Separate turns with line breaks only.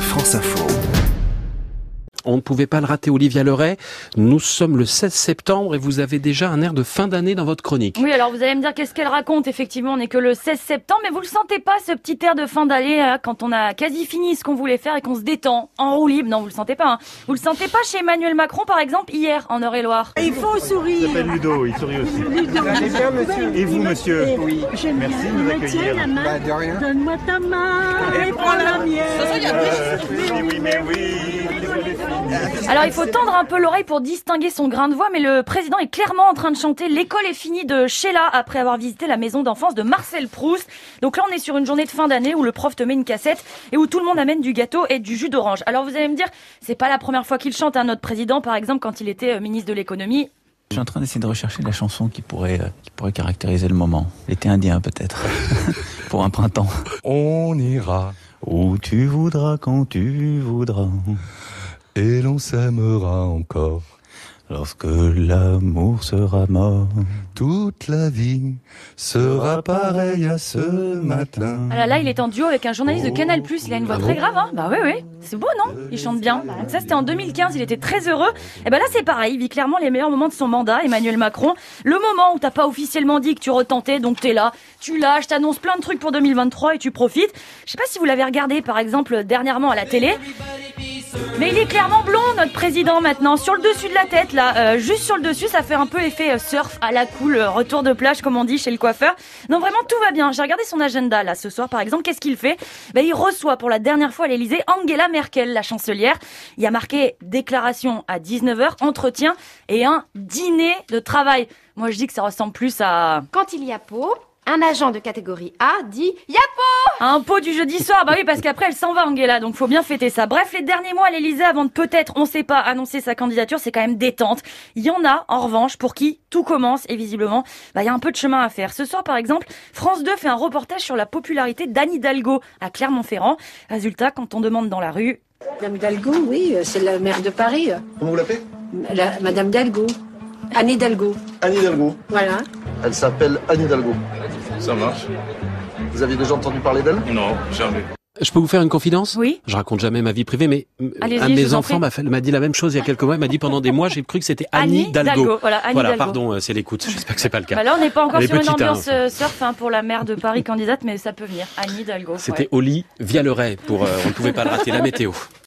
France Info.
On ne pouvait pas le rater, Olivia Leray. Nous sommes le 16 septembre et vous avez déjà un air de fin d'année dans votre chronique.
Oui, alors vous allez me dire qu'est-ce qu'elle raconte. Effectivement, on n'est que le 16 septembre, mais vous le sentez pas ce petit air de fin d'année là, quand on a quasi fini ce qu'on voulait faire et qu'on se détend en roue libre. Non, vous le sentez pas. hein. Vous le sentez pas chez Emmanuel Macron, par exemple, hier en Eure-et-Loire.
Il faut sourire.
s'appelle Ludo, il sourit aussi. Et vous, monsieur
Oui. J'aime
Merci
bien.
de nous
Me tiens
accueillir.
la main.
de rien.
Donne-moi ta main Bah, et prends la mienne.
Euh, oui, oui, mais oui.
Alors il faut tendre un peu l'oreille pour distinguer son grain de voix, mais le président est clairement en train de chanter L'école est finie de Sheila après avoir visité la maison d'enfance de Marcel Proust. Donc là on est sur une journée de fin d'année où le prof te met une cassette et où tout le monde amène du gâteau et du jus d'orange. Alors vous allez me dire, c'est pas la première fois qu'il chante, hein, notre président par exemple quand il était euh, ministre de l'économie.
Je suis en train d'essayer de rechercher la chanson qui pourrait, euh, qui pourrait caractériser le moment. L'été indien peut-être. Pour un printemps.
On ira
Où tu voudras, quand tu voudras,
et l'on s'aimera encore
lorsque l'amour sera mort.
toute la vie sera pareille à ce matin.
Ah là là, il est en duo avec un journaliste de Canal+, il a une voix très grave, hein Bah oui, oui, c'est beau, non Il chante bien. Donc ça, c'était en 2015, il était très heureux. Et ben là, c'est pareil, il vit clairement les meilleurs moments de son mandat, Emmanuel Macron. Le moment où t'as pas officiellement dit que tu retentais, donc t'es là, tu lâches, t'annonces plein de trucs pour 2023 et tu profites. Je sais pas si vous l'avez regardé, par exemple, dernièrement à la télé. Mais il est clairement blond, notre président, maintenant. Sur le dessus de la tête, là, euh, juste sur le dessus, ça fait un peu effet euh, surf à la cool, euh, retour de plage, comme on dit chez le coiffeur. Non, vraiment, tout va bien. J'ai regardé son agenda, là, ce soir, par exemple. Qu'est-ce qu'il fait ben, Il reçoit pour la dernière fois à l'Elysée Angela Merkel, la chancelière. Il y a marqué déclaration à 19h, entretien et un dîner de travail. Moi, je dis que ça ressemble plus à...
Quand il y a peau, un agent de catégorie A dit « Y'a
à un pot du jeudi soir. Bah oui, parce qu'après, elle s'en va, Angela, donc faut bien fêter ça. Bref, les derniers mois à l'Elysée, avant de peut-être, on sait pas, annoncer sa candidature, c'est quand même détente. Il y en a, en revanche, pour qui tout commence, et visiblement, bah, il y a un peu de chemin à faire. Ce soir, par exemple, France 2 fait un reportage sur la popularité d'Anne Hidalgo à Clermont-Ferrand. Résultat, quand on demande dans la rue,
Madame Dalgo, oui, euh, c'est la maire de Paris. euh,
Comment vous l'appelez
la- Madame Dalgo. Anne Hidalgo.
Anne Hidalgo.
Voilà.
Elle s'appelle Anne Hidalgo.
Ça marche
Vous avez déjà entendu parler d'elle
Non, jamais.
Je peux vous faire une confidence
oui,
Je raconte jamais ma vie privée, mais euh,
Allez-y,
un
je
de
vous
mes
en
enfants
prie.
m'a fait- m'a dit la même chose il y a quelques mois. Il m'a dit pendant des mois, j'ai cru que c'était Annie Dalgo.
Voilà, Annie
Voilà,
Hidalgo.
pardon, euh, c'est l'écoute. J'espère que c'est pas le
Bah
cas.
là, on n'est pas encore
Elle est
sur une
petite, hein,
ambiance euh, surf hein, pour la maire de Paris candidate, mais ça peut venir. Anne Hidalgo. ouais.
C'était Oli via le Ray pour euh, On ne pouvait pas le rater, la météo.